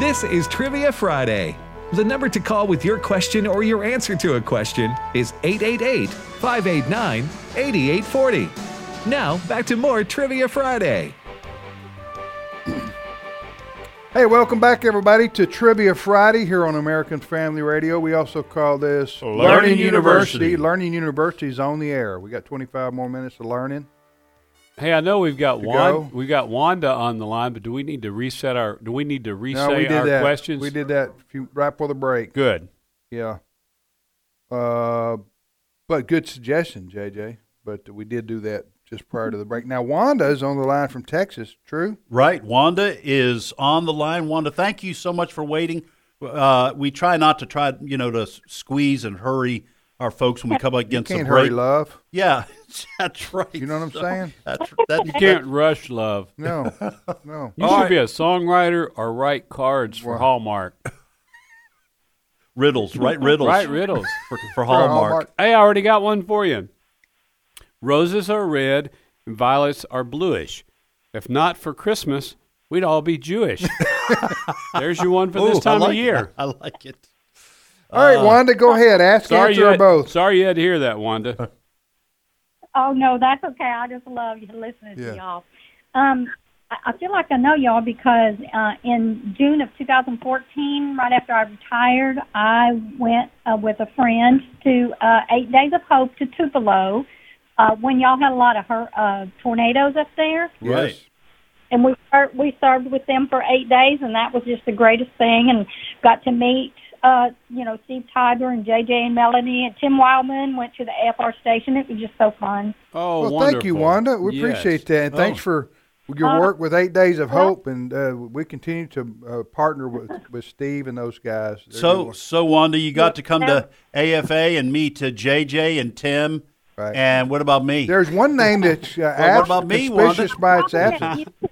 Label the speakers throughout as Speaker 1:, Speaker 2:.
Speaker 1: This is Trivia Friday. The number to call with your question or your answer to a question is 888 589 8840. Now, back to more Trivia Friday.
Speaker 2: Hey, welcome back, everybody, to Trivia Friday here on American Family Radio. We also call this
Speaker 3: Learning University.
Speaker 2: Learning University is on the air. We got 25 more minutes of learning.
Speaker 3: Hey, I know we've got
Speaker 2: To
Speaker 3: Wanda.
Speaker 2: go.
Speaker 3: We got Wanda on the line, but do we need to reset our? Do we need to reset
Speaker 2: we did
Speaker 3: our
Speaker 2: that.
Speaker 3: questions?
Speaker 2: We did that few, right before the break.
Speaker 3: Good.
Speaker 2: Yeah. Uh, but good suggestion, JJ. But we did do that just prior to the break. Now, Wanda is on the line from Texas. True.
Speaker 4: Right. Wanda is on the line. Wanda, thank you so much for waiting. Uh, we try not to try, you know, to s- squeeze and hurry our folks when we come
Speaker 2: You
Speaker 4: against
Speaker 2: can't
Speaker 4: the break.
Speaker 2: hurry, love.
Speaker 4: Yeah, that's right.
Speaker 2: You know what I'm
Speaker 4: So,
Speaker 2: saying?
Speaker 4: That's, that,
Speaker 3: You can't rush love.
Speaker 2: No, no.
Speaker 3: You
Speaker 4: All
Speaker 3: should
Speaker 4: right.
Speaker 3: be a songwriter or write cards for
Speaker 2: Wow.
Speaker 3: Hallmark.
Speaker 4: riddles, right? Riddles.
Speaker 3: Write riddles.
Speaker 4: for, for Hallmark.
Speaker 3: Hey, I already got one for you. Roses are red and violets are bluish. If not for Christmas, we'd all be Jewish. There's your one for
Speaker 4: Ooh,
Speaker 3: this
Speaker 4: I
Speaker 3: time
Speaker 4: like
Speaker 3: of year.
Speaker 4: it. I like it.
Speaker 2: All right, Wanda, go ahead. Ask,
Speaker 3: Uh, Sorry
Speaker 2: answer,
Speaker 3: you,
Speaker 2: or
Speaker 3: had,
Speaker 2: both.
Speaker 3: sorry you had to hear that, Wanda.
Speaker 5: Oh no, that's okay. I just love you listening
Speaker 2: Yeah.
Speaker 5: to y'all. Um, I I feel like I know y'all because uh, in June of 2014, right after I retired, I went uh, with a friend to uh, Eight Days of Hope to Tupelo uh, when y'all had a lot of hur- uh, tornadoes up there
Speaker 4: Right.
Speaker 5: and we ser- we served with them for eight days, and that was just the greatest thing. And got to meet, uh, you know, Steve Tiber and JJ and Melanie and Tim Wildman. Went to the AFR station. It was just so fun.
Speaker 3: Oh,
Speaker 2: well,
Speaker 3: wonderful.
Speaker 2: thank you, Wanda. We
Speaker 3: Yes.
Speaker 2: appreciate that, and
Speaker 4: Oh.
Speaker 2: thanks for your
Speaker 5: Uh,
Speaker 2: work with Eight Days of
Speaker 5: well-
Speaker 2: Hope. And uh, we continue to uh, partner with, with Steve and those guys. They're good
Speaker 4: So,
Speaker 2: ones.
Speaker 4: so Wanda, you got to come to AFA and me to JJ and Tim.
Speaker 2: Right.
Speaker 4: And what about me?
Speaker 2: there's one name that's uh,
Speaker 4: Well, what
Speaker 2: abs-
Speaker 4: about me, Wanda?
Speaker 2: conspicuous by its
Speaker 5: I met
Speaker 2: absence.
Speaker 5: you-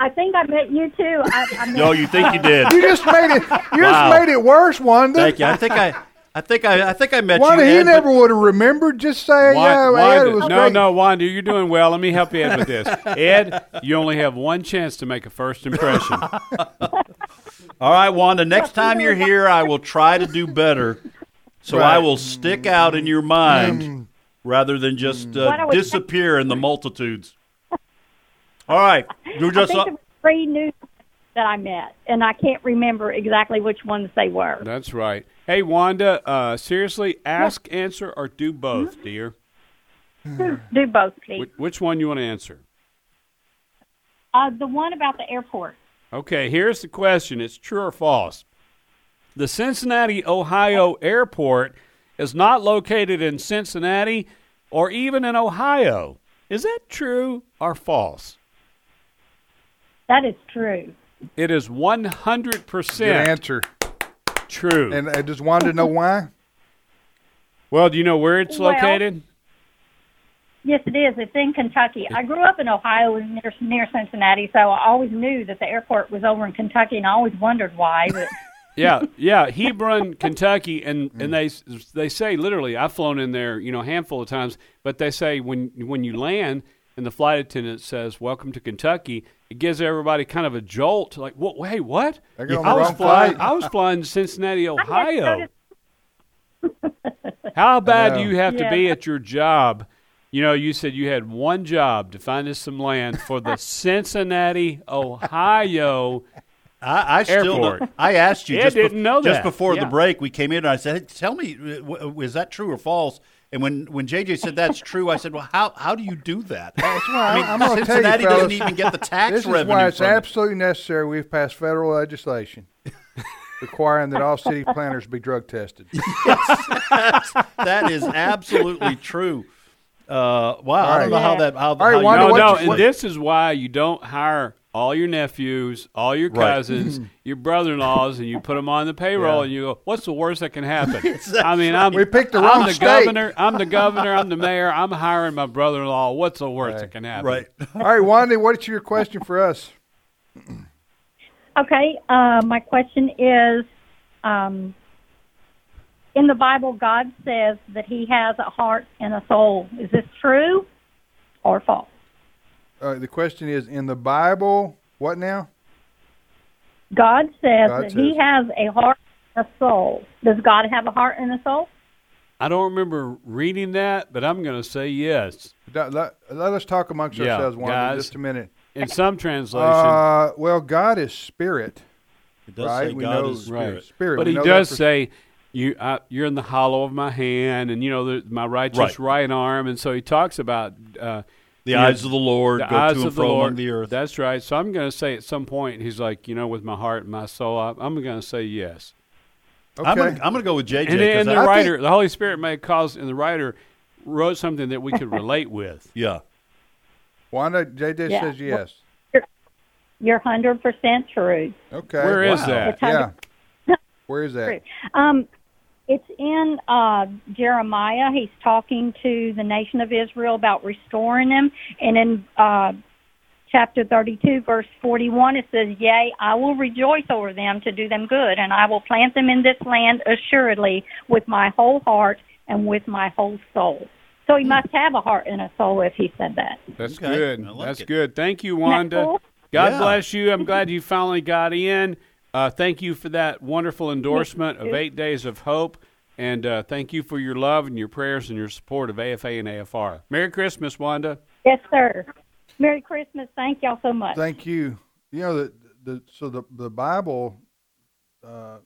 Speaker 5: I think I met you too. I, I met,
Speaker 4: no, Oh, you think you did?
Speaker 2: You just made it. You
Speaker 4: Wow.
Speaker 2: just made it worse, Wanda.
Speaker 4: Thank you. I think I, I think I, I think I met
Speaker 2: Wanda,
Speaker 4: you.
Speaker 2: he
Speaker 4: Ed, but-
Speaker 2: never would have remembered. Just say,
Speaker 3: Wan-
Speaker 2: yeah,
Speaker 3: Wanda,
Speaker 2: Ed, it was
Speaker 3: no,
Speaker 2: great.
Speaker 3: no, Wanda, you're doing well. Let me help you Ed with this. Ed, you only have one chance to make a first impression.
Speaker 4: All right, Wanda, next time you're here, I will try to do better. So I will stick out in your mind rather than just
Speaker 5: Why
Speaker 4: uh,
Speaker 5: don't we-
Speaker 4: disappear in the multitudes. All right. You're
Speaker 5: I
Speaker 4: just
Speaker 5: think there were three new that I met, and I can't remember exactly which ones they were.
Speaker 3: That's right. Hey, Wanda, uh, seriously, ask, answer, or do both, dear.
Speaker 5: Do both, please.
Speaker 3: Wh- which one you want to answer?
Speaker 5: Uh, the one about the airport.
Speaker 3: Okay, here's the question. It's true or false. The Cincinnati, Ohio airport is not located in Cincinnati or even in Ohio. Is that true or false?
Speaker 5: That is true.
Speaker 3: It is
Speaker 2: Good
Speaker 3: 100%
Speaker 2: answer.
Speaker 3: true.
Speaker 2: And I just wanted to know why.
Speaker 3: well, do you know where it's
Speaker 5: Well-
Speaker 3: located?
Speaker 5: Yes, it is. It's in Kentucky. I grew up in Ohio and near, near Cincinnati, so I always knew that the airport was over in Kentucky, and I always wondered why. But
Speaker 3: yeah, yeah, Hebron, Kentucky, and and they s-
Speaker 2: Mm.
Speaker 3: they say literally, I've flown in there, you know, a handful of times, but they say when when you land and the flight attendant says "Welcome to Kentucky," it gives everybody kind of a jolt, like, "What? Hey, what?
Speaker 2: I got on the
Speaker 3: was
Speaker 2: wrong
Speaker 3: flying.
Speaker 2: flight."
Speaker 3: I was flying to Cincinnati, Ohio.
Speaker 5: noticed-
Speaker 3: How bad
Speaker 2: know.
Speaker 3: do you have to
Speaker 5: Yeah.
Speaker 3: be at your job? You know, you said you had one job to find us some land for the Cincinnati, Ohio.
Speaker 4: I, I still
Speaker 3: Airport.
Speaker 4: don't- I asked you
Speaker 3: Ed
Speaker 4: just, bef-
Speaker 3: didn't know that.
Speaker 4: just before the
Speaker 3: Yeah.
Speaker 4: break. We came in and I said, hey, "Tell me, uh, w- is that true or false?" And when, when JJ said that's true, I said, "Well, how how do you do that?"
Speaker 2: why
Speaker 4: I mean,
Speaker 2: I'm gonna tell you,
Speaker 4: Cincinnati doesn't
Speaker 2: fellas,
Speaker 4: even get the tax
Speaker 2: This is
Speaker 4: revenue.
Speaker 2: why it's
Speaker 4: from it.
Speaker 2: absolutely necessary we've passed federal legislation requiring that all city planners be drug tested.
Speaker 4: that is absolutely true. Uh, wow, I don't know how that. How,
Speaker 2: right,
Speaker 4: how you-
Speaker 2: Wanda,
Speaker 3: No,
Speaker 2: what
Speaker 3: no,
Speaker 2: you-
Speaker 3: and
Speaker 2: what-
Speaker 3: this is why you don't hire all your nephews, all your
Speaker 4: Right.
Speaker 3: cousins,
Speaker 2: Mm-hmm.
Speaker 3: your brother-in-laws, and you put them on the payroll,
Speaker 4: Yeah.
Speaker 3: and you go, "What's the worst that can happen?" I mean, I'm
Speaker 2: We picked the
Speaker 3: I'm
Speaker 2: wrong
Speaker 3: the
Speaker 2: state.
Speaker 3: governor. I'm the governor. I'm the mayor. I'm hiring my brother-in-law. What's the worst that can happen?
Speaker 4: Right.
Speaker 2: all right, Wanda, what's your question for us?
Speaker 5: okay, uh, my question is: um, In the Bible, God says that He has a heart and a soul. Is this true or false?
Speaker 2: Uh, the question is in the Bible, What now?
Speaker 5: God says
Speaker 2: God
Speaker 5: that
Speaker 2: says-
Speaker 5: He has a heart and a soul. Does God have a heart and a soul?
Speaker 3: I don't remember reading that, but I'm going to say yes.
Speaker 2: Let, let- let us talk amongst
Speaker 3: Yeah,
Speaker 2: ourselves, Wanda,
Speaker 3: guys.
Speaker 2: just a minute.
Speaker 3: In some translation,
Speaker 2: Uh, well, God is spirit.
Speaker 4: It does
Speaker 2: Right,
Speaker 4: say
Speaker 2: we
Speaker 4: God
Speaker 2: know-
Speaker 4: is
Speaker 3: right.
Speaker 4: spirit.
Speaker 2: Spirit.
Speaker 3: But
Speaker 2: we
Speaker 3: he
Speaker 2: know
Speaker 3: does
Speaker 2: that for-
Speaker 3: say, "You, I, you're in the hollow of my hand, and you know the, my righteous
Speaker 4: Right.
Speaker 3: right. arm." And so he talks about uh,
Speaker 4: The
Speaker 3: you know,
Speaker 4: eyes of the Lord
Speaker 3: the
Speaker 4: go
Speaker 3: eyes
Speaker 4: to and
Speaker 3: of the
Speaker 4: fro among
Speaker 3: Lord.
Speaker 4: the earth.
Speaker 3: That's right. So I'm going to say at some point, he's like, you know, with my heart and my soul, I, I'm going to say yes.
Speaker 4: I'm
Speaker 2: Okay.
Speaker 4: gonna, I'm gonna go with JJ.
Speaker 3: And,
Speaker 4: 'cause
Speaker 3: and the
Speaker 4: I-
Speaker 2: think-
Speaker 3: writer, the Holy Spirit, may cause, and the writer wrote something that we could relate with.
Speaker 4: yeah,
Speaker 2: Wanda, JJ
Speaker 5: Yeah.
Speaker 2: says yes.
Speaker 5: You're hundred percent true.
Speaker 2: Okay.
Speaker 3: Where is
Speaker 4: Wow.
Speaker 3: that?
Speaker 2: Yeah. Where is that?
Speaker 5: True. Um, it's in uh, Jeremiah. He's talking to the nation of Israel about restoring them. And in uh, chapter 32, verse 41, it says, Yea, I will rejoice over them to do them good, and I will plant them in this land assuredly with my whole heart and with my whole soul. So he must have a heart and a soul if he said that.
Speaker 3: That's
Speaker 4: Okay.
Speaker 3: good.
Speaker 4: I like
Speaker 3: That's
Speaker 4: it.
Speaker 3: good. Thank you, Wanda.
Speaker 5: cool?
Speaker 3: God
Speaker 4: Yeah.
Speaker 3: bless you. I'm glad you finally got in. Uh, thank you for that wonderful endorsement of Eight Days of Hope. And uh, thank you for your love and your prayers and your support of AFA and AFR. Merry Christmas, Wanda.
Speaker 5: Yes, sir. Merry Christmas. Thank y'all so much.
Speaker 2: Thank you. You know the, the so the the Bible, uh,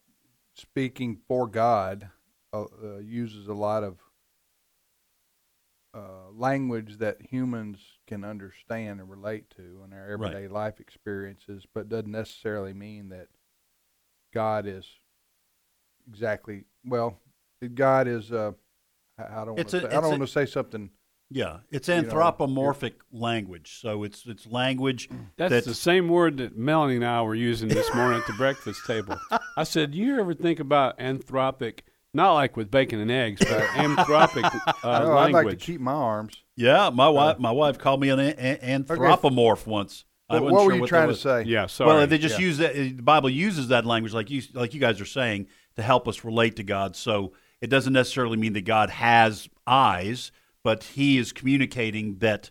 Speaker 2: speaking for God, uh, uh, uses a lot of uh, language that humans can understand and relate to in our
Speaker 4: Right.
Speaker 2: everyday life experiences, but doesn't necessarily mean that God is exactly well. God is. Uh, I I don't.
Speaker 4: It's
Speaker 2: wanna
Speaker 4: a-
Speaker 2: say, I
Speaker 4: it's
Speaker 2: don't
Speaker 4: a-
Speaker 2: want to say something.
Speaker 4: yeah. It's
Speaker 2: know,
Speaker 4: anthropomorphic language, so it's it's language
Speaker 3: That's, the same word that Melanie and I were using this morning at the breakfast table. I said, "You ever think about anthropic? Not like with bacon and eggs, but anthropic uh,
Speaker 2: Oh, I'd like to
Speaker 3: language."
Speaker 2: keep my arms.
Speaker 4: yeah. My wife my wife called me an, an an- anthropomorph once. I
Speaker 2: But
Speaker 4: wasn't
Speaker 2: what were
Speaker 4: sure
Speaker 2: you
Speaker 4: that
Speaker 2: trying to
Speaker 4: was.
Speaker 2: say?
Speaker 3: yeah, sorry.
Speaker 4: Well, they just use that. eh, The Bible uses that language, like you like you guys are saying, to help us relate to God. So it doesn't necessarily mean that God has eyes, but He is communicating that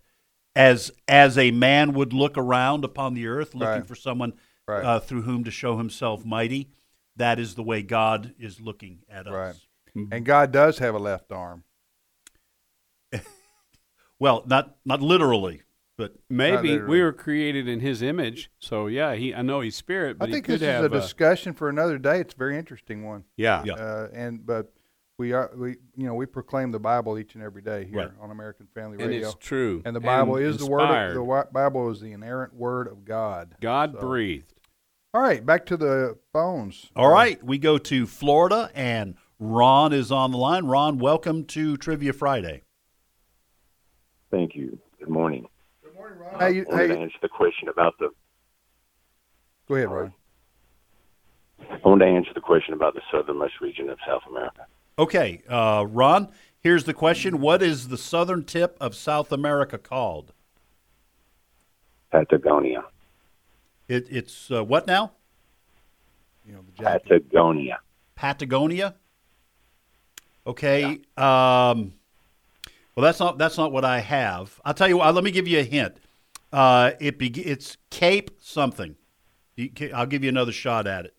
Speaker 4: as as a man would look around upon the earth, looking
Speaker 2: Right.
Speaker 4: for someone
Speaker 2: Right.
Speaker 4: uh, through whom to show Himself mighty. That is the way God is looking at us.
Speaker 2: Right.
Speaker 4: Mm-hmm.
Speaker 2: And God does have a left arm.
Speaker 4: Well, not not literally, but
Speaker 3: Maybe
Speaker 2: literally.
Speaker 3: we were created in His image, so yeah. He, I know He's spirit, but
Speaker 2: I think
Speaker 3: he
Speaker 2: this
Speaker 3: could
Speaker 2: is
Speaker 3: have
Speaker 2: a discussion for another day. It's a very interesting one.
Speaker 3: yeah,
Speaker 4: uh, Yeah.
Speaker 2: Uh, and but we are we you know we proclaim the Bible each and every day here
Speaker 4: Right.
Speaker 2: on American Family
Speaker 3: and
Speaker 2: Radio.
Speaker 3: it's true.
Speaker 2: And the Bible is the word. Of,
Speaker 3: inspired.
Speaker 2: the wi- Bible is the inerrant word of God.
Speaker 3: God
Speaker 2: So-
Speaker 3: breathed.
Speaker 2: All right, back to the phones.
Speaker 4: All right, we go to Florida, and Ron is on the line. Ron, welcome to Trivia Friday.
Speaker 6: Thank you. Good morning.
Speaker 2: Hey, you,
Speaker 6: I wanted to
Speaker 2: hey,
Speaker 6: answer the question about the.
Speaker 2: go ahead, Ron.
Speaker 6: I wanted to answer the question about the southernmost region of South America.
Speaker 4: Okay, uh, Ron, here's the question What is the southern tip of South America called?
Speaker 6: Patagonia.
Speaker 4: It, it's uh, what now?
Speaker 2: You know the jacket.
Speaker 6: Patagonia.
Speaker 4: Patagonia? Okay. Um, well, that's not that's not what I have. I'll tell you what. Let me give you a hint. Uh, it be, it's Cape something. You ca- I'll give you another shot at it.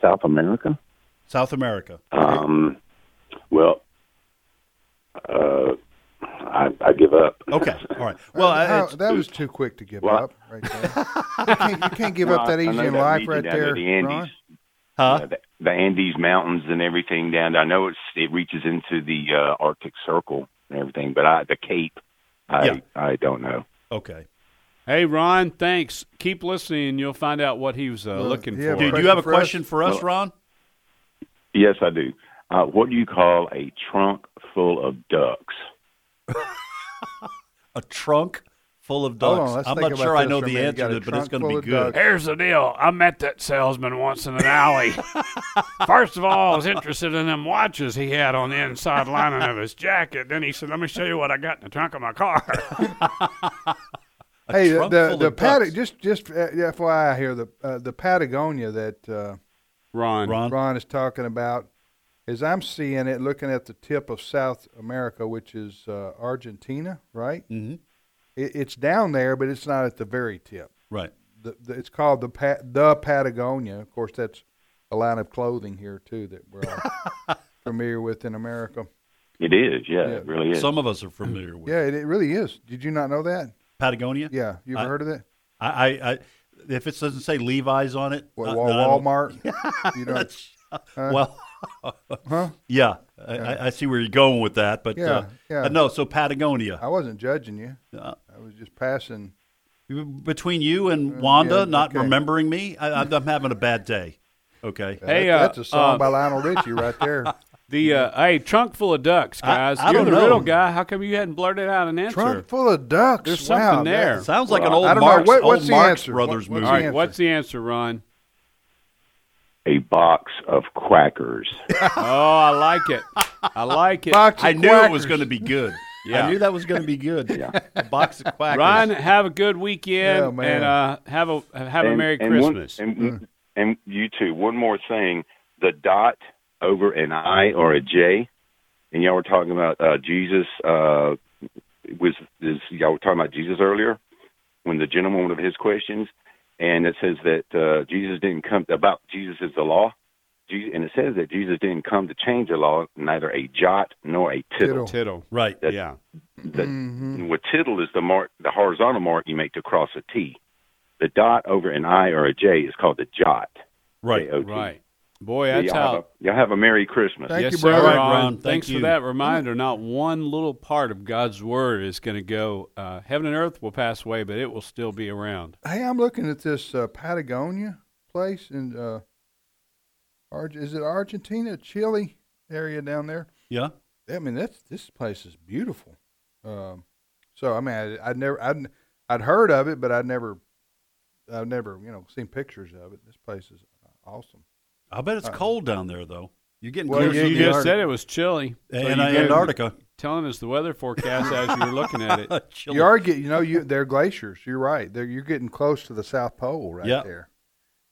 Speaker 6: South America?
Speaker 4: South America.
Speaker 6: Um, well, uh, I, I give up.
Speaker 4: Okay. All right. Well, I-
Speaker 2: Uh, How-
Speaker 4: it's-
Speaker 2: that was too quick to give
Speaker 6: Well, I-
Speaker 2: up. Right there. you, can't, you can't give up
Speaker 6: Well,
Speaker 2: that
Speaker 6: I
Speaker 2: easy
Speaker 6: know
Speaker 2: in
Speaker 6: that
Speaker 2: life,
Speaker 6: region
Speaker 2: right
Speaker 6: down
Speaker 2: there,
Speaker 6: The Andes,
Speaker 2: Ron.
Speaker 4: huh?
Speaker 6: uh, the, the Andes Mountains and everything down. there. I know it's it reaches into the uh, Arctic Circle and everything, but I the Cape, I
Speaker 4: Yeah.
Speaker 6: I don't know.
Speaker 4: Okay.
Speaker 3: Hey, Ron, thanks. Keep listening, and you'll find out what he was uh, looking
Speaker 2: yeah,
Speaker 3: for.
Speaker 4: Do
Speaker 2: Question
Speaker 4: you have a
Speaker 2: for us?
Speaker 4: question for us,
Speaker 6: Well-
Speaker 4: Ron?
Speaker 6: Yes, I do. Uh, what do you call a trunk full of ducks?
Speaker 4: A trunk full of
Speaker 2: Hold on,
Speaker 4: ducks.
Speaker 2: let's
Speaker 4: I'm
Speaker 2: think
Speaker 4: not
Speaker 2: about
Speaker 4: sure I
Speaker 2: this
Speaker 4: know
Speaker 2: for a
Speaker 4: the
Speaker 2: minute.
Speaker 4: answer
Speaker 2: Got
Speaker 4: to
Speaker 2: a
Speaker 4: it, but it's
Speaker 2: trunk
Speaker 4: going to
Speaker 2: full
Speaker 4: be
Speaker 2: of
Speaker 4: good.
Speaker 2: ducks.
Speaker 3: Here's the deal. I met that salesman once in an alley. First of all, I was interested in them watches he had on the inside lining of his jacket. Then he said, "Let me show you what I got in the trunk of my car."
Speaker 4: A
Speaker 2: Hey, the
Speaker 4: trunk
Speaker 2: the,
Speaker 4: full
Speaker 2: the
Speaker 4: of ducks.
Speaker 2: Pat- just just uh, FYI here, the uh, the Patagonia that uh,
Speaker 3: Ron,
Speaker 4: Ron.
Speaker 2: Ron is talking about, is I'm seeing it looking at the tip of South America, which is uh, Argentina, right?
Speaker 4: Mhm.
Speaker 2: It, it's down there, but it's not at the very tip.
Speaker 4: Right.
Speaker 2: the, the it's called the pa- the Patagonia. Of course, that's a line of clothing here too that we're all familiar with in America.
Speaker 6: It is, yeah, it really is.
Speaker 4: Some of us are familiar with
Speaker 2: Yeah, it, it really is. Did you not know that?
Speaker 4: Patagonia.
Speaker 2: Yeah, you ever
Speaker 4: I-
Speaker 2: heard of that?
Speaker 4: I, I, I, if it doesn't say Levi's on it,
Speaker 2: Wa-
Speaker 4: I-
Speaker 2: wa-
Speaker 4: I don't-
Speaker 2: Walmart. you know,
Speaker 4: That's- well,
Speaker 2: huh?
Speaker 4: yeah, I I, I see where you're going with that, but uh,
Speaker 2: Yeah, yeah.
Speaker 4: uh, no. So Patagonia
Speaker 2: I wasn't judging you.
Speaker 4: Uh,
Speaker 2: I was just passing.
Speaker 4: between you and Wanda
Speaker 2: yeah,
Speaker 4: not
Speaker 2: okay.
Speaker 4: remembering me, I, I'm, I'm having a bad day. Okay,
Speaker 2: That-
Speaker 3: Hey, uh,
Speaker 2: that's a song
Speaker 3: uh,
Speaker 2: by Lionel Richie right there.
Speaker 3: The uh, hey, trunk full of ducks,
Speaker 4: I-
Speaker 3: guys.
Speaker 4: I
Speaker 3: You're
Speaker 4: don't
Speaker 3: the
Speaker 4: know.
Speaker 3: riddle guy. How come you hadn't blurted out an answer?
Speaker 2: Trunk full of ducks.
Speaker 3: There's
Speaker 2: wow,
Speaker 3: something
Speaker 2: that-
Speaker 3: there.
Speaker 4: sounds like an
Speaker 2: I
Speaker 4: old
Speaker 2: don't know.
Speaker 4: Marx,
Speaker 2: What-
Speaker 4: old
Speaker 2: what's the
Speaker 4: Marx
Speaker 2: answer?
Speaker 4: Brothers
Speaker 2: What- what's
Speaker 4: movie.
Speaker 3: All right,
Speaker 2: Answer.
Speaker 3: what's the answer, Ron?
Speaker 6: a box of crackers.
Speaker 3: Oh, I like it. I like it.
Speaker 2: Box of
Speaker 4: I knew it was
Speaker 2: quackers.
Speaker 4: going to be good.
Speaker 3: Yeah.
Speaker 4: I knew that was going to be good. A box of quackers.
Speaker 3: Ron, have a good
Speaker 2: Yeah,
Speaker 3: weekend
Speaker 2: man.
Speaker 3: and uh, have a have a
Speaker 6: And-
Speaker 3: merry
Speaker 6: and one-
Speaker 3: Christmas.
Speaker 6: and, and you too. One more thing: the dot over an I or a J, and y'all were talking about uh, Jesus. Uh, was is y'all were talking about Jesus earlier when the gentleman one of his questions, and it says that uh, Jesus didn't come about Jesus is the law. Jesus, and it says that Jesus didn't come to change the law, neither a jot nor a tittle.
Speaker 3: Tittle.
Speaker 4: right?
Speaker 6: That-
Speaker 3: Yeah.
Speaker 6: The,
Speaker 2: Mm-hmm.
Speaker 6: With tittle is the mark, the horizontal mark you make to cross a T. The dot over an I or a J is called the jot.
Speaker 4: Right.
Speaker 6: J-O-T.
Speaker 3: Right. Boy,
Speaker 6: So
Speaker 3: that's
Speaker 6: y'all,
Speaker 3: how.
Speaker 6: have a, y'all have a Merry Christmas.
Speaker 2: Thank
Speaker 3: yes,
Speaker 2: you,
Speaker 3: sir,
Speaker 2: Brian.
Speaker 4: All
Speaker 3: Ron.
Speaker 4: right, Ron, thank
Speaker 3: Thanks
Speaker 4: you.
Speaker 3: for that reminder. Not one little part of God's word is going to go. Uh, heaven and earth will pass away, but it will still be around.
Speaker 2: Hey, I'm looking at this uh, Patagonia place in uh, Arg- is it Argentina, Chile area down there?
Speaker 4: Yeah.
Speaker 2: I mean, that's this place is beautiful. Um, so I mean, I, I'd never, I'd, I'd heard of it, but I'd never, I've never, you know, seen pictures of it. This place is awesome.
Speaker 4: I bet it's cold down there though. You're getting
Speaker 2: Uh, Well,
Speaker 4: close
Speaker 2: yeah,
Speaker 4: to
Speaker 3: you
Speaker 2: the
Speaker 4: the
Speaker 3: just
Speaker 2: Arctic.
Speaker 3: said it was chilly. So
Speaker 4: and
Speaker 3: you
Speaker 4: I-
Speaker 3: go-
Speaker 4: Antarctica.
Speaker 3: Telling us the weather forecast as you were looking at it.
Speaker 4: Chilly.
Speaker 2: You are getting, you know, you they're glaciers. You're right. They're, you're getting close to the South Pole right
Speaker 4: Yeah.
Speaker 2: there.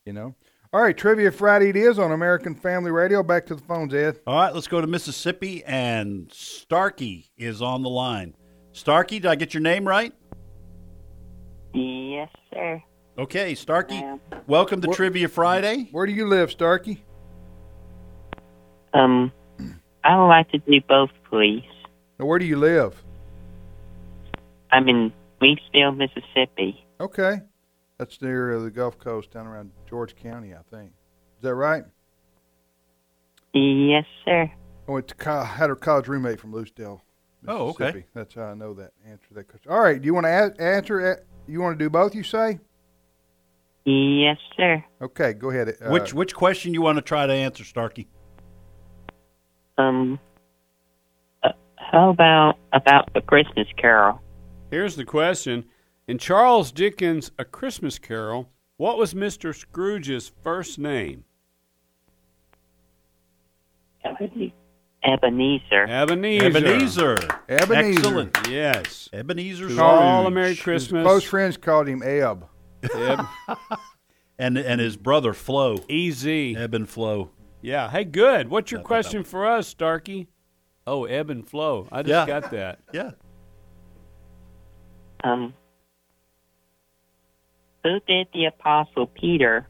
Speaker 2: You know. All right, Trivia Friday it is on American Family Radio. Back to the phones, Ed.
Speaker 4: All right, let's go to Mississippi, and Starkey is on the line. Starkey, did I get your name right?
Speaker 7: Yes, sir.
Speaker 4: Okay, Starkey, welcome to Trivia Friday.
Speaker 2: Where do you live, Starkey?
Speaker 7: Um, I would like to do both, please.
Speaker 2: Now, where do you live?
Speaker 7: I'm in Meadsville, Mississippi.
Speaker 2: Okay, that's near uh, the Gulf Coast, down around George County, I think. Is that right?
Speaker 7: Yes, sir.
Speaker 2: I went to co- had a college roommate from Loosedale, Mississippi.
Speaker 4: Oh, okay.
Speaker 2: That's how I know that. Answer that question. All right. Do you want to a- answer? a- you want to do both? You say?
Speaker 7: Yes, sir.
Speaker 2: Okay. Go ahead. Uh,
Speaker 4: which which question you want to try to answer, Starkey?
Speaker 7: Um, uh, how about about the Christmas Carol?
Speaker 3: Here's the question. In Charles Dickens' A Christmas Carol, what was Mr. Scrooge's first name?
Speaker 7: Ebenezer.
Speaker 3: Ebenezer.
Speaker 4: Ebenezer.
Speaker 2: Ebenezer.
Speaker 4: Excellent.
Speaker 3: Yes.
Speaker 4: Ebenezer
Speaker 3: To all a
Speaker 4: Scrooge.
Speaker 3: Merry
Speaker 2: His
Speaker 3: Christmas.
Speaker 2: close friends called him Ab.
Speaker 3: Eb-
Speaker 4: And, and his brother, Flo.
Speaker 3: E. EZ.
Speaker 4: Ebb and Flo.
Speaker 3: Yeah. Hey, good. What's your question for us, Starkey? Oh, ebb and flow. I just
Speaker 4: Yeah.
Speaker 3: got that.
Speaker 4: Yeah.
Speaker 7: Um, who did the Apostle Peter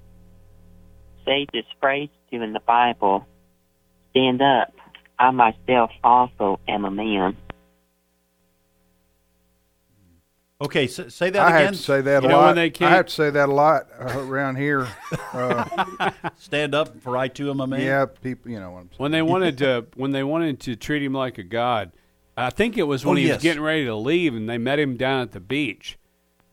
Speaker 7: say this phrase to in the Bible? Stand up. I myself also am a man.
Speaker 4: Okay, s- say that
Speaker 2: I
Speaker 4: again.
Speaker 2: have to say that
Speaker 3: You
Speaker 2: a
Speaker 3: know
Speaker 2: lot.
Speaker 3: when they can't-
Speaker 2: I have to say that a lot uh, around here. Uh,
Speaker 4: Stand up for I too am a man.
Speaker 2: yeah, people. You know what I'm saying.
Speaker 3: When they wanted to, when they wanted to treat him like a god, I think it was when
Speaker 4: Oh,
Speaker 3: he
Speaker 4: yes.
Speaker 3: was getting ready to leave, and they met him down at the beach,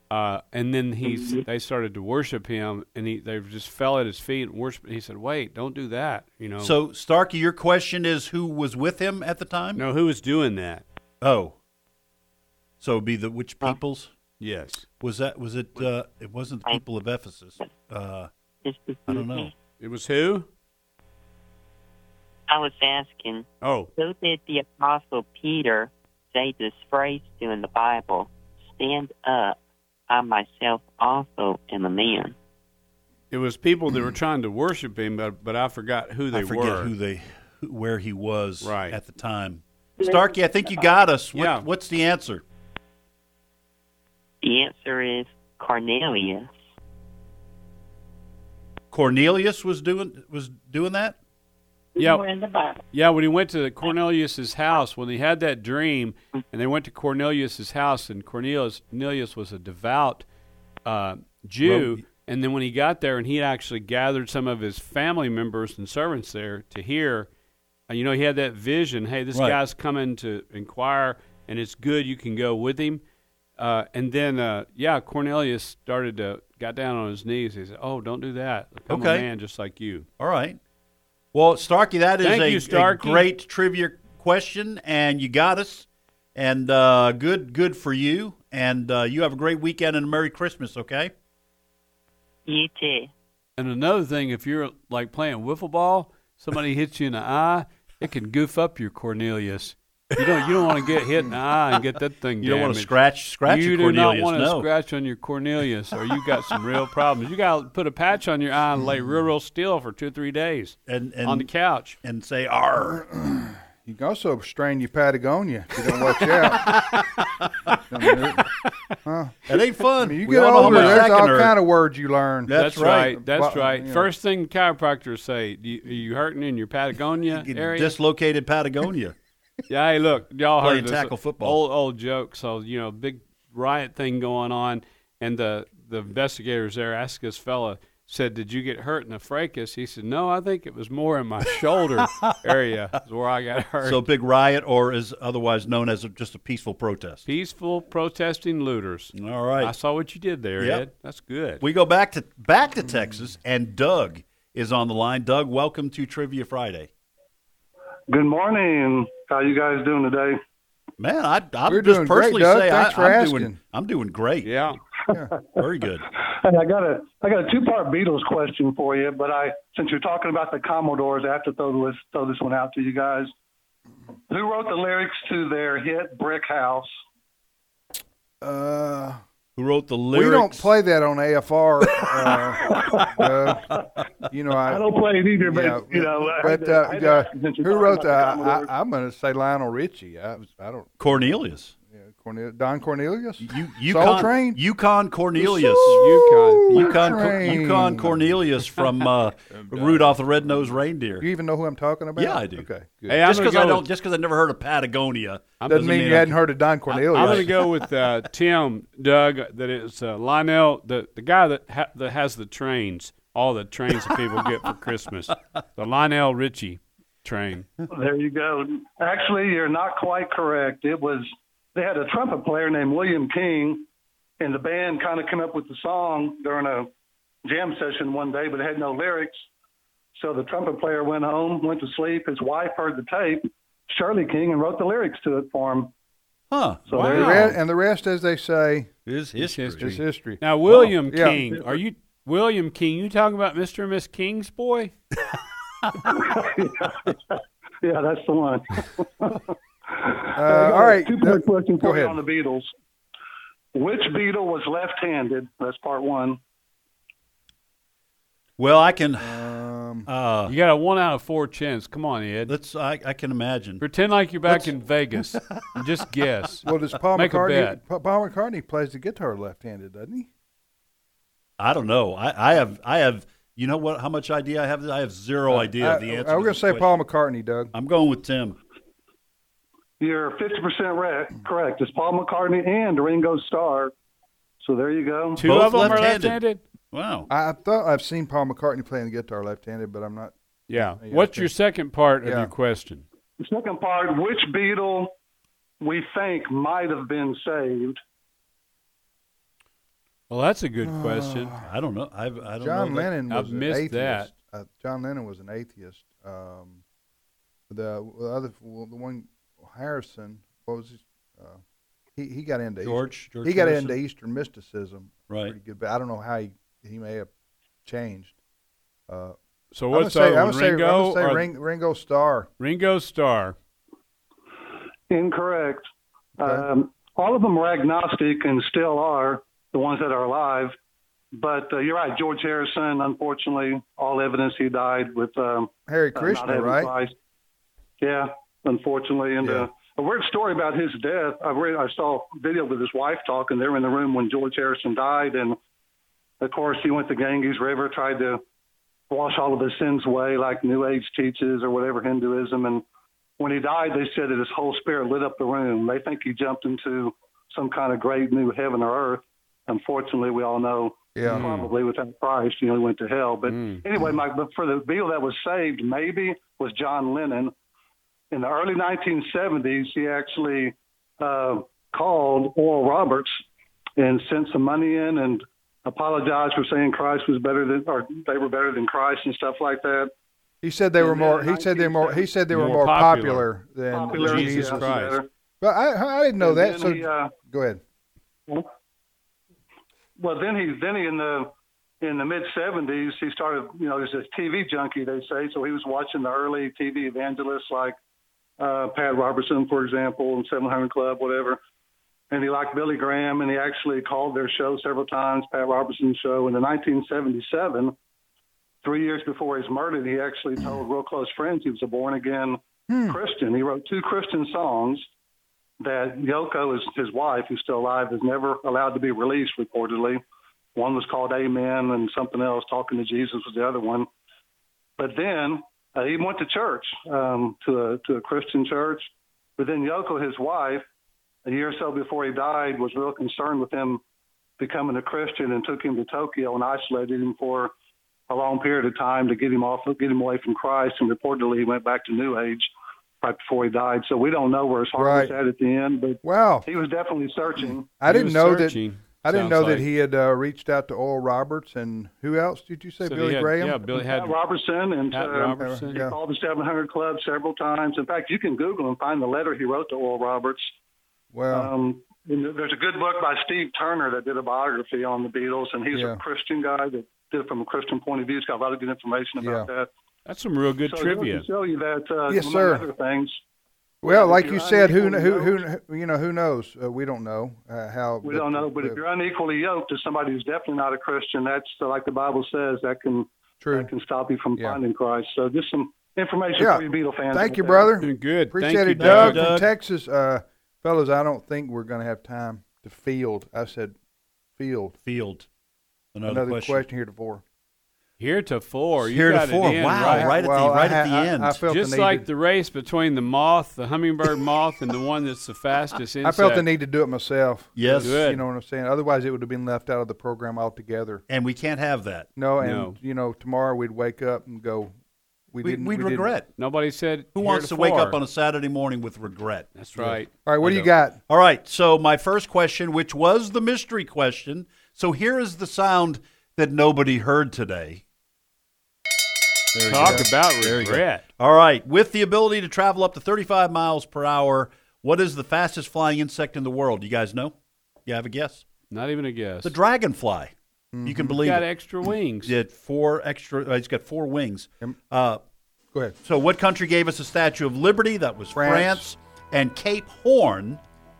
Speaker 3: uh, and then he's they started to worship him, and he they just fell at his feet and worship. He said, "Wait, don't do that." You know.
Speaker 4: So, Starkey, your question is who was with him at the time?
Speaker 3: no, who was doing that?
Speaker 4: Oh. So it'd be the which peoples?
Speaker 3: Yes,
Speaker 4: Was that was it uh it wasn't the people of Ephesus. Uh I don't know.
Speaker 3: it was who?
Speaker 7: I was asking,
Speaker 3: Oh,
Speaker 7: who did the Apostle Peter say this phrase to in the Bible? Stand up. I myself also am a man.
Speaker 3: it was people that were trying to worship him, but but I forgot who they
Speaker 4: I forget
Speaker 3: were.
Speaker 4: who they who, where he was
Speaker 3: Right.
Speaker 4: at the time. Starkey, I think you got us. What,
Speaker 3: Yeah.
Speaker 4: What's the answer?
Speaker 7: The answer is Cornelius.
Speaker 4: Cornelius was doing was doing that.
Speaker 3: Yeah.
Speaker 5: We're in the Bible.
Speaker 3: Yeah, when he went to Cornelius's house, when he had that dream, and they went to Cornelius's house, and Cornelius, Cornelius was a devout uh, Jew. and then when he got there, and he actually gathered some of his family members and servants there to hear, uh, you know, he had that vision. Hey, this
Speaker 4: Right.
Speaker 3: guy's coming to inquire, and it's good you can go with him. Uh, and then, uh, yeah, Cornelius started to got down on his knees. He said, "Oh, don't do that. I'm a
Speaker 4: Okay.
Speaker 3: man just like you."
Speaker 4: All right. Well, Starkey, that is
Speaker 3: Thank
Speaker 4: a,
Speaker 3: you,
Speaker 4: a
Speaker 3: Starkey.
Speaker 4: great trivia question, and you got us. And uh, good, good for you. And uh, you have a great weekend and a Merry Christmas. Okay.
Speaker 7: You too.
Speaker 3: And another thing, if you're like playing wiffle ball, somebody hits you in the eye, it can goof up your Cornelius. You don't you don't want to get hit in the eye and get that thing.
Speaker 4: You don't want to
Speaker 3: damaged.
Speaker 4: scratch, scratch
Speaker 3: You
Speaker 4: your
Speaker 3: do not
Speaker 4: Cornelius.
Speaker 3: want to
Speaker 4: no.
Speaker 3: scratch on your Cornelius, or you got some real problems. You got to put a patch on your eye and lay real, real still for two, three days
Speaker 4: and
Speaker 3: on the
Speaker 4: and,
Speaker 3: couch.
Speaker 4: and say R.
Speaker 2: You can also strain your Patagonia if you don't watch out. I mean,
Speaker 4: That ain't fun.
Speaker 2: you
Speaker 4: We
Speaker 2: get
Speaker 4: all know how
Speaker 2: older,
Speaker 4: much that
Speaker 2: there's
Speaker 4: can
Speaker 2: all
Speaker 4: hurt.
Speaker 2: kind of words you learn.
Speaker 4: That- That's
Speaker 3: That's right.
Speaker 2: right.
Speaker 3: That's
Speaker 2: Well,
Speaker 3: right.
Speaker 2: you know.
Speaker 3: First thing chiropractors say, do you, are you hurting in your Patagonia
Speaker 4: You
Speaker 3: area?
Speaker 4: dislocated Patagonia.
Speaker 3: Yeah, hey, look, y'all
Speaker 4: Playing
Speaker 3: heard this
Speaker 4: tackle football.
Speaker 3: Old old joke. So you know, big riot thing going on, and the the investigators there asked this fella said, "Did you get hurt in the fracas?" He said, "No, I think it was more in my shoulder area is where I got hurt."
Speaker 4: so big riot, or is otherwise known as a, just a peaceful protest.
Speaker 3: peaceful protesting looters.
Speaker 4: All right.
Speaker 3: I saw what you did there,
Speaker 4: Yep.
Speaker 3: Ed. That's good.
Speaker 4: We go back to back to Texas, and Doug is on the line. Doug, welcome to Trivia Friday.
Speaker 8: Good morning. How you guys doing today?
Speaker 4: Man, I, I
Speaker 2: We're
Speaker 4: just
Speaker 2: doing great,
Speaker 4: personally
Speaker 2: Doug.
Speaker 4: say
Speaker 2: Thanks
Speaker 4: I,
Speaker 2: for
Speaker 4: I'm doing
Speaker 2: asking.
Speaker 4: I'm doing great.
Speaker 3: yeah.
Speaker 4: Very good.
Speaker 8: Hey, I got a I got a two part Beatles question for you, but I since you're talking about the Commodores, I have to throw this throw this one out to you guys. Who wrote the lyrics to their hit Brick House?
Speaker 2: Uh,
Speaker 4: Who wrote the lyrics?
Speaker 2: we don't play that on AFR. Uh, uh, you know, I,
Speaker 8: I don't play it either, but
Speaker 2: yeah,
Speaker 8: you know. I-
Speaker 2: but
Speaker 8: I-
Speaker 2: uh,
Speaker 8: I-
Speaker 2: uh,
Speaker 8: since you're
Speaker 2: who
Speaker 8: talking
Speaker 2: wrote
Speaker 8: about
Speaker 2: the? uh, I,
Speaker 8: Commodores,
Speaker 2: I, I'm going to say Lionel Richie. I, I don't.
Speaker 4: Cornelius.
Speaker 2: Yeah, Cornel, Don Cornelius.
Speaker 4: You
Speaker 2: Soul
Speaker 4: Yukon
Speaker 2: Train.
Speaker 4: Yukon Cornelius.
Speaker 2: Soul
Speaker 4: Yukon Cor-
Speaker 2: Train.
Speaker 4: Yukon Cornelius from uh, Rudolph the Red-Nosed Reindeer.
Speaker 2: You even know who I'm talking about?
Speaker 4: Yeah, I do.
Speaker 2: Okay, good.
Speaker 3: Hey, I'm
Speaker 4: Just
Speaker 3: gonna
Speaker 4: because I
Speaker 3: go
Speaker 4: don't,
Speaker 3: with-
Speaker 4: just because I never heard of Patagonia,
Speaker 2: doesn't mean you
Speaker 4: I-
Speaker 2: hadn't heard of Don Cornelius.
Speaker 3: I'm going to go with uh, Tim, Doug. That it's uh, Lionel, the the guy that ha- that has the trains, all the trains that people get for Christmas, the Lionel Richie train.
Speaker 8: There you go. Actually, you're not quite correct. It was they had a trumpet player named William King, and the band kind of came up with the song during a jam session one day, but it had no lyrics. So the trumpet player went home, went to sleep. His wife heard the tape, Shirley King, and wrote the lyrics to it for him.
Speaker 4: Huh?
Speaker 8: So
Speaker 3: Wow.
Speaker 8: there
Speaker 2: The
Speaker 8: you
Speaker 3: Yeah.
Speaker 8: go.
Speaker 2: re- and the rest, as they say,
Speaker 4: Is history.
Speaker 2: is history.
Speaker 3: Now, William
Speaker 2: Oh, yeah.
Speaker 3: King, are you William King? You talking about Mr. and Miss King's boy?
Speaker 8: Yeah, that's the one.
Speaker 2: Uh, all right.
Speaker 8: Two part question
Speaker 2: go
Speaker 8: for you
Speaker 2: ahead.
Speaker 8: on the Beatles. Which Beatle was left-handed? That's part one.
Speaker 4: Well, I can.
Speaker 2: Um,
Speaker 4: Uh,
Speaker 3: You got a one out of four chance. Come on, Ed.
Speaker 4: let's. I, I can imagine.
Speaker 3: Pretend like you're back in Vegas. and just guess.
Speaker 2: well, does Paul
Speaker 3: Make a
Speaker 2: McCartney?
Speaker 3: bet.
Speaker 2: Pa- Paul McCartney plays the guitar left-handed, doesn't he?
Speaker 4: I don't know. I, I have. I have. You know what? How much idea I have? I have zero idea
Speaker 2: Uh, I,
Speaker 4: of the answer.
Speaker 2: I
Speaker 4: to
Speaker 2: was going
Speaker 4: this
Speaker 2: to say
Speaker 4: question.
Speaker 2: Paul McCartney, Doug.
Speaker 4: I'm going with Tim.
Speaker 8: You're 50% re- correct. It's Paul McCartney and Ringo Starr. So there you go.
Speaker 3: 2
Speaker 4: Both
Speaker 3: of them are
Speaker 4: left-handed.
Speaker 3: left-handed.
Speaker 4: Wow.
Speaker 2: I, I thought I've seen Paul McCartney playing the guitar left-handed, but I'm not.
Speaker 3: Yeah.
Speaker 2: Oh, Yeah,
Speaker 3: What's
Speaker 2: okay.
Speaker 3: your second part of
Speaker 2: Yeah.
Speaker 3: your question?
Speaker 8: The second part, which Beatle we think might have been saved?
Speaker 3: Well, that's a good question.
Speaker 4: I don't know. I, I don't
Speaker 2: John
Speaker 4: know. that-
Speaker 2: Lennon
Speaker 3: I've
Speaker 2: was an
Speaker 3: missed
Speaker 2: atheist.
Speaker 3: that.
Speaker 2: Uh, John Lennon was an atheist. Um, the, the other, well, the one Harrison, what was his? Uh, he he got into Eastern-
Speaker 4: George. George
Speaker 2: he got
Speaker 4: Harrison?
Speaker 2: into Eastern mysticism
Speaker 4: Right.
Speaker 2: pretty good, but I don't know how he he may have changed. Uh,
Speaker 3: So
Speaker 2: I'm gonna
Speaker 3: what's
Speaker 2: say, I'm
Speaker 3: that?
Speaker 2: gonna
Speaker 3: one,
Speaker 2: say, I'm
Speaker 3: Ringo
Speaker 2: gonna say
Speaker 3: or
Speaker 2: Ring, Ringo Starr.
Speaker 3: Ringo Starr?
Speaker 8: Incorrect.
Speaker 2: Okay.
Speaker 8: Um, all of them were agnostic and still are, the ones that are alive. But uh, you're right, George Harrison, unfortunately, all evidence he died with um,
Speaker 2: Harry
Speaker 8: uh, not
Speaker 2: Krishna,
Speaker 8: having
Speaker 2: right?
Speaker 8: Christ. Yeah, unfortunately. And
Speaker 2: Yeah.
Speaker 8: uh, a weird story about his death. I read, I saw a video with his wife talking. They were in the room when George Harrison died, and of course he went to Ganges River, tried to wash all of his sins away, like New Age teaches or whatever Hinduism. And when he died, they said that his whole spirit lit up the room. They think he jumped into some kind of great new heaven or earth. Unfortunately, we all know
Speaker 2: Yeah.
Speaker 8: probably without Christ, you know, he went to hell. But
Speaker 3: Hmm.
Speaker 8: anyway, Mike, but for the people that was saved, maybe was John Lennon. In the early 1970s, he actually uh, called Oral Roberts and sent some money in and apologized for saying Christ was better than, or they were better than Christ and stuff like that.
Speaker 2: He said they were
Speaker 8: And
Speaker 2: more.
Speaker 8: then
Speaker 2: He said they were more. He said they were more
Speaker 3: More
Speaker 2: popular,
Speaker 3: popular.
Speaker 2: than
Speaker 8: Popular,
Speaker 2: Jesus
Speaker 8: yeah,
Speaker 2: Christ.
Speaker 8: better.
Speaker 2: But I, I didn't know
Speaker 8: And
Speaker 2: that.
Speaker 8: then
Speaker 2: So
Speaker 8: he, uh,
Speaker 2: go ahead.
Speaker 8: Well, then he then he in the in the mid seventies he started you know he's a TV junkie they say so he was watching the early TV evangelists like uh, Pat Robertson for example and Seven Hundred Club whatever, and he liked Billy Graham and he actually called their show several times Pat Robertson's show and in nineteen seventy seven. Three years before he was murdered, he actually told real close friends he was a born again Christian. He wrote two Christian songs that Yoko, his, his wife, who's still alive, is never allowed to be released, reportedly. One was called Amen and something else, Talking to Jesus was the other one. But then uh, he went to church, um, to, a, to a Christian church. But then Yoko, his wife, a year or so before he died, was real concerned with him becoming a Christian and took him to Tokyo and isolated him for a long period of time to get him off, get him away from Christ. And reportedly, he went back to New Age right before he died. So we don't know where his heart was
Speaker 2: Right.
Speaker 8: at at the end, but
Speaker 2: Wow,
Speaker 8: he was definitely searching.
Speaker 2: I didn't
Speaker 3: was
Speaker 2: know that.
Speaker 3: searching,
Speaker 2: I didn't
Speaker 3: sounds
Speaker 2: know that
Speaker 3: like.
Speaker 2: he had uh, reached out to Oral Roberts and who else did you say?
Speaker 3: Said he
Speaker 2: Billy
Speaker 3: had-
Speaker 2: Graham.
Speaker 3: Yeah, Billy had
Speaker 8: Pat Robertson and
Speaker 3: Pat
Speaker 8: uh,
Speaker 3: Robertson.
Speaker 8: he
Speaker 2: Yeah.
Speaker 8: called the 700 Club several times. In fact, you can Google and find the letter he wrote to Oral Roberts.
Speaker 2: Well,
Speaker 8: Um, and there- there's a good book by Steve Turner that did a biography on the Beatles, and he's
Speaker 2: Yeah.
Speaker 8: a Christian guy that did it from a Christian point of view. He's got a lot of good information about
Speaker 2: Yeah.
Speaker 8: that.
Speaker 3: That's some real good
Speaker 8: so
Speaker 3: trivia.
Speaker 8: To show you that, uh,
Speaker 2: Yes,
Speaker 8: among
Speaker 2: sir.
Speaker 8: other things,
Speaker 2: well, like
Speaker 8: if
Speaker 2: you
Speaker 8: you're
Speaker 2: said, who kn-
Speaker 8: unequally
Speaker 2: who who who- you know who knows? Uh, we don't know uh, how.
Speaker 8: we don't know. But if you're unequally yoked to somebody who's definitely not a Christian, that's uh, like the Bible says, that can
Speaker 2: true.
Speaker 8: that can stop you from
Speaker 2: Yeah.
Speaker 8: finding Christ. So just some information
Speaker 2: Yeah.
Speaker 8: for you Beatle fans.
Speaker 2: Thank
Speaker 8: out
Speaker 2: you,
Speaker 8: there.
Speaker 2: brother.
Speaker 3: Good.
Speaker 2: Appreciate
Speaker 3: Thank you,
Speaker 2: it, Doug,
Speaker 4: Doug.
Speaker 2: from Texas. Uh, fellas, I don't think we're going to have time to field. I said field.
Speaker 4: Field. Another,
Speaker 2: Another
Speaker 4: question.
Speaker 2: question. here to four.
Speaker 3: Here to four. You got it
Speaker 4: Heretofore.
Speaker 3: in,
Speaker 4: Wow,
Speaker 3: right.
Speaker 4: right at the-
Speaker 2: Well, I
Speaker 4: right at
Speaker 2: ha-
Speaker 4: the
Speaker 2: I-
Speaker 4: end.
Speaker 2: I, felt
Speaker 3: Just
Speaker 2: the need
Speaker 3: like
Speaker 2: to,
Speaker 3: the race between the moth, the hummingbird moth, and the one that's the fastest
Speaker 2: I
Speaker 3: insect.
Speaker 2: felt the need to do it myself.
Speaker 4: Yes.
Speaker 3: Good.
Speaker 2: You know what I'm saying? Otherwise, it would have been left out of the program altogether.
Speaker 4: And we can't have that.
Speaker 2: No, and
Speaker 3: No.
Speaker 2: you know, tomorrow we'd wake up and go, we,
Speaker 4: We,
Speaker 2: didn't.
Speaker 4: we'd
Speaker 2: we didn't.
Speaker 4: regret.
Speaker 3: Nobody said.
Speaker 4: Who wants to wake up on a Saturday morning with regret?
Speaker 3: That's right.
Speaker 2: All right, what do you got?
Speaker 4: All right. So my first question, which was the mystery question, so here is the sound that nobody heard today.
Speaker 3: Talk about
Speaker 4: There you go.
Speaker 3: regret.
Speaker 4: All right. With the ability to travel up to 35 miles per hour, what is the fastest flying insect in the world? You guys know? You have a guess?
Speaker 3: Not even a guess.
Speaker 4: The dragonfly. You can
Speaker 3: It's
Speaker 4: believe
Speaker 3: got
Speaker 4: it.
Speaker 3: extra wings.
Speaker 4: It had four extra. Uh, it's got four wings. Uh,
Speaker 2: Go ahead.
Speaker 4: so, what country gave us a Statue of Liberty? That was
Speaker 2: France.
Speaker 4: France. And Cape Horn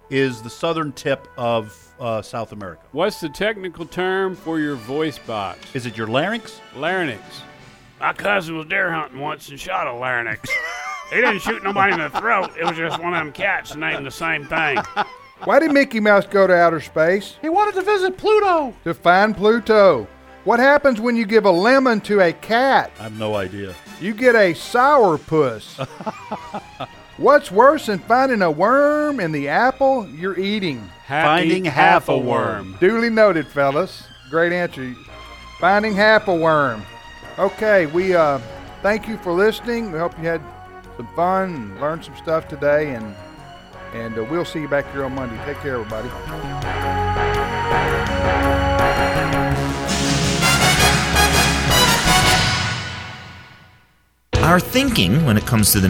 Speaker 4: is the southern tip of uh, South America.
Speaker 3: What's the technical term for your voice box?
Speaker 4: Is it your larynx?
Speaker 3: Larynx. My cousin was deer hunting once and shot a larynx. he didn't shoot nobody in the throat. It was just one of them cats named the same thing.
Speaker 2: Why did Mickey Mouse go to outer space?
Speaker 4: He wanted to visit Pluto.
Speaker 2: To find Pluto. What happens when you give a lemon to a cat?
Speaker 4: I have no idea.
Speaker 2: You get a sour puss. What's worse than finding a worm in the apple you're eating?
Speaker 4: Finding half a worm.
Speaker 2: Duly noted, fellas. Great answer. Finding half a worm. Okay, we uh, thank you for listening. We hope you had some fun, and learned some stuff today, and and uh, we'll see you back here on Monday. Take care, everybody.
Speaker 9: Our thinking when it comes to the